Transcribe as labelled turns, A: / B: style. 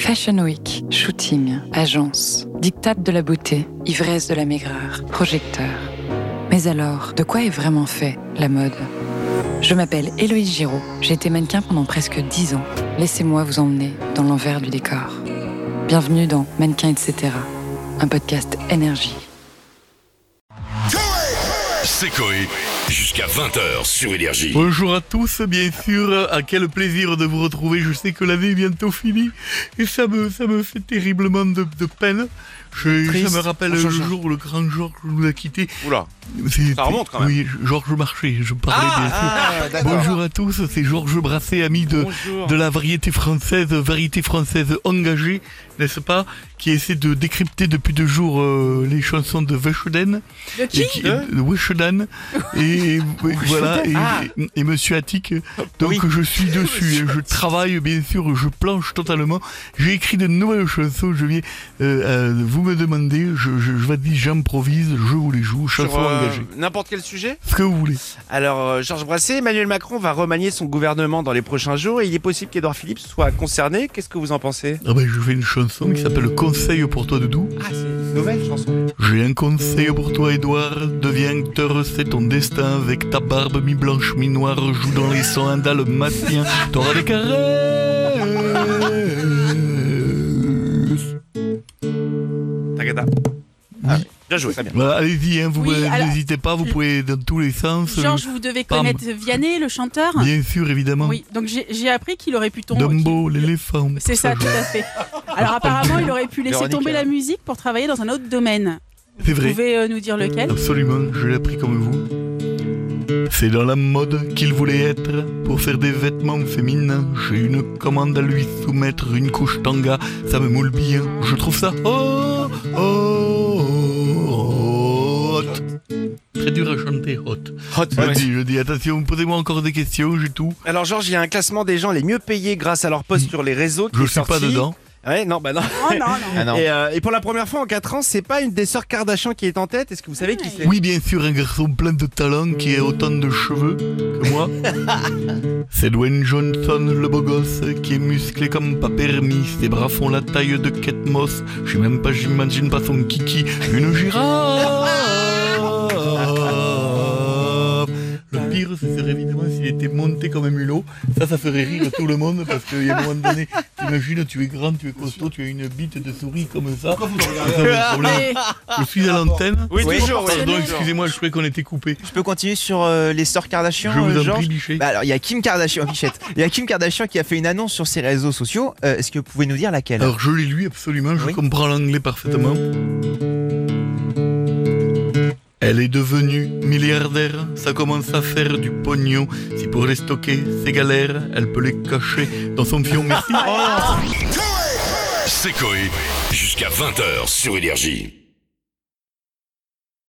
A: Fashion Week, shooting, agence, dictate de la beauté, ivresse de la maigreur, projecteur. Mais alors, de quoi est vraiment fait la mode Je m'appelle Héloïse Giraud, j'ai été mannequin pendant presque 10 ans. Laissez-moi vous emmener dans l'envers du décor. Bienvenue dans Mannequin etc., un podcast énergie.
B: C'est Coé, jusqu'à 20h sur Énergie.
C: Bonjour à tous, bien sûr. À quel plaisir de vous retrouver. Je sais que l'année est bientôt finie et ça me, ça me fait terriblement de, de peine. Je-
D: Triste.
C: ça me rappelle
D: Oh,
C: le
D: Georges.
C: jour où le grand Georges nous a quittés.
D: Oula.
C: C'est-
D: Ça remonte, quand même.
C: Oui, Georges Marchais, je parlais bien sûr.
D: Ah,
C: Bonjour à tous, c'est Georges Brasset, ami de,
D: Bonjour.
C: de la variété française, variété française engagée, n'est-ce pas, qui essaie de décrypter depuis deux jours euh, les chansons de Vechuden.
E: De qui
C: et de Vechuden. Euh, Et voilà, et,
D: euh, Ah.
C: et- et Monsieur Attic. Donc
D: Oui.
C: je suis dessus, je travaille bien sûr, je planche totalement. J'ai écrit de nouvelles chansons, je viens, euh, euh, vous me demandez, je, je, je vais dire j'improvise, je vous les joue,
D: Sur,
C: chansons
D: euh,
C: engagées.
D: N'importe quel sujet.
C: Ce que vous voulez.
D: Alors, euh, Georges Brassé, Emmanuel Macron va remanier son gouvernement dans les prochains jours et il est possible qu'Edouard Philippe soit concerné. Qu'est-ce que vous en pensez
C: Ah ben, je fais une chanson qui
D: euh,
C: s'appelle Conseil pour toi, Doudou.
D: Ah, c'est une nouvelle chanson.
C: J'ai un conseil pour toi, Edouard. Deviens acteur, c'est ton destin. Avec ta barbe mi-blanche, mi-noire, joue dans les sons dalmatien. T'auras des caresses.
D: Tagada. Ah, ouais. Bien joué, très bien.
C: Voilà, allez-y, hein, vous
E: Oui,
C: euh,
E: alors-
C: n'hésitez pas, vous pouvez dans tous les sens.
E: Georges, vous devez
C: Pam.
E: connaître Vianney, le chanteur.
C: Bien sûr, évidemment.
E: Oui, donc j'ai j'ai appris qu'il aurait pu tomber.
C: Dumbo, l'éléphant.
E: C'est ça, tout à fait. Alors apparemment, il aurait pu laisser
D: Véronique,
E: tomber la
D: hein.
E: musique pour travailler dans un autre domaine.
C: C'est
E: Vous
C: vrai.
E: pouvez euh, nous dire lequel
C: Absolument, je l'ai appris comme vous. C'est dans la mode qu'il voulait être pour faire des vêtements féminins. J'ai une commande à lui soumettre, une couche tanga, ça me moule bien. Je trouve ça oh, oh, oh, hot. Très dur à chanter hot.
D: Hot.
C: Je dis, je dis, attention, posez-moi encore des questions, j'ai tout.
D: Alors, Georges, il y a un classement des gens les mieux payés grâce à leur poste sur les réseaux. qui
C: Je
D: est
C: suis pas
D: sorti.
C: dedans. Ah,
D: Ouais, non, bah non.
E: Oh non, non.
D: Et, euh, et pour la première fois en 4 ans, c'est pas une des sœurs Kardashian qui est en tête. Est-ce que vous savez qui
E: Ouais.
D: c'est
C: Oui, bien sûr, un garçon plein de talent qui a autant de cheveux que moi. C'est Dwayne Johnson, le beau gosse, qui est musclé comme pas permis. Ses bras font la taille de Kate Moss. Je sais même pas, j'imagine pas son kiki. Une girafe. Le pire, ce serait évidemment s'il était monté comme un mulot. Ça, ça ferait rire tout le monde parce qu'il y a un moment donné, t'imagines, tu es grand, tu es costaud, tu as une bite de souris comme ça. C'est ça, mon problème.
E: Allez,
C: Je suis à l'antenne.
D: Oui, toujours. oui.
C: Pardon, excusez-moi, je croyais qu'on était coupé.
F: Je peux continuer sur euh, les sœurs
C: Je
F: Kardashian,
C: vous
F: euh,
C: en
F: Georges
C: prie, Bichet.
F: Bah alors, il y a Kim Kardashian, Bichette. Il y a Kim Kardashian qui a fait une annonce sur ses réseaux sociaux. Euh, Est-ce que vous pouvez nous dire laquelle
C: Alors, je l'ai lu absolument, je
F: Oui. Euh.
C: comprends l'anglais parfaitement. Elle est devenue milliardaire, ça commence à faire du pognon. Si pour les stocker, c'est galère, elle peut les cacher dans son fion. Merci. Oh,
B: C'est Coé, jusqu'à 20h sur Énergie.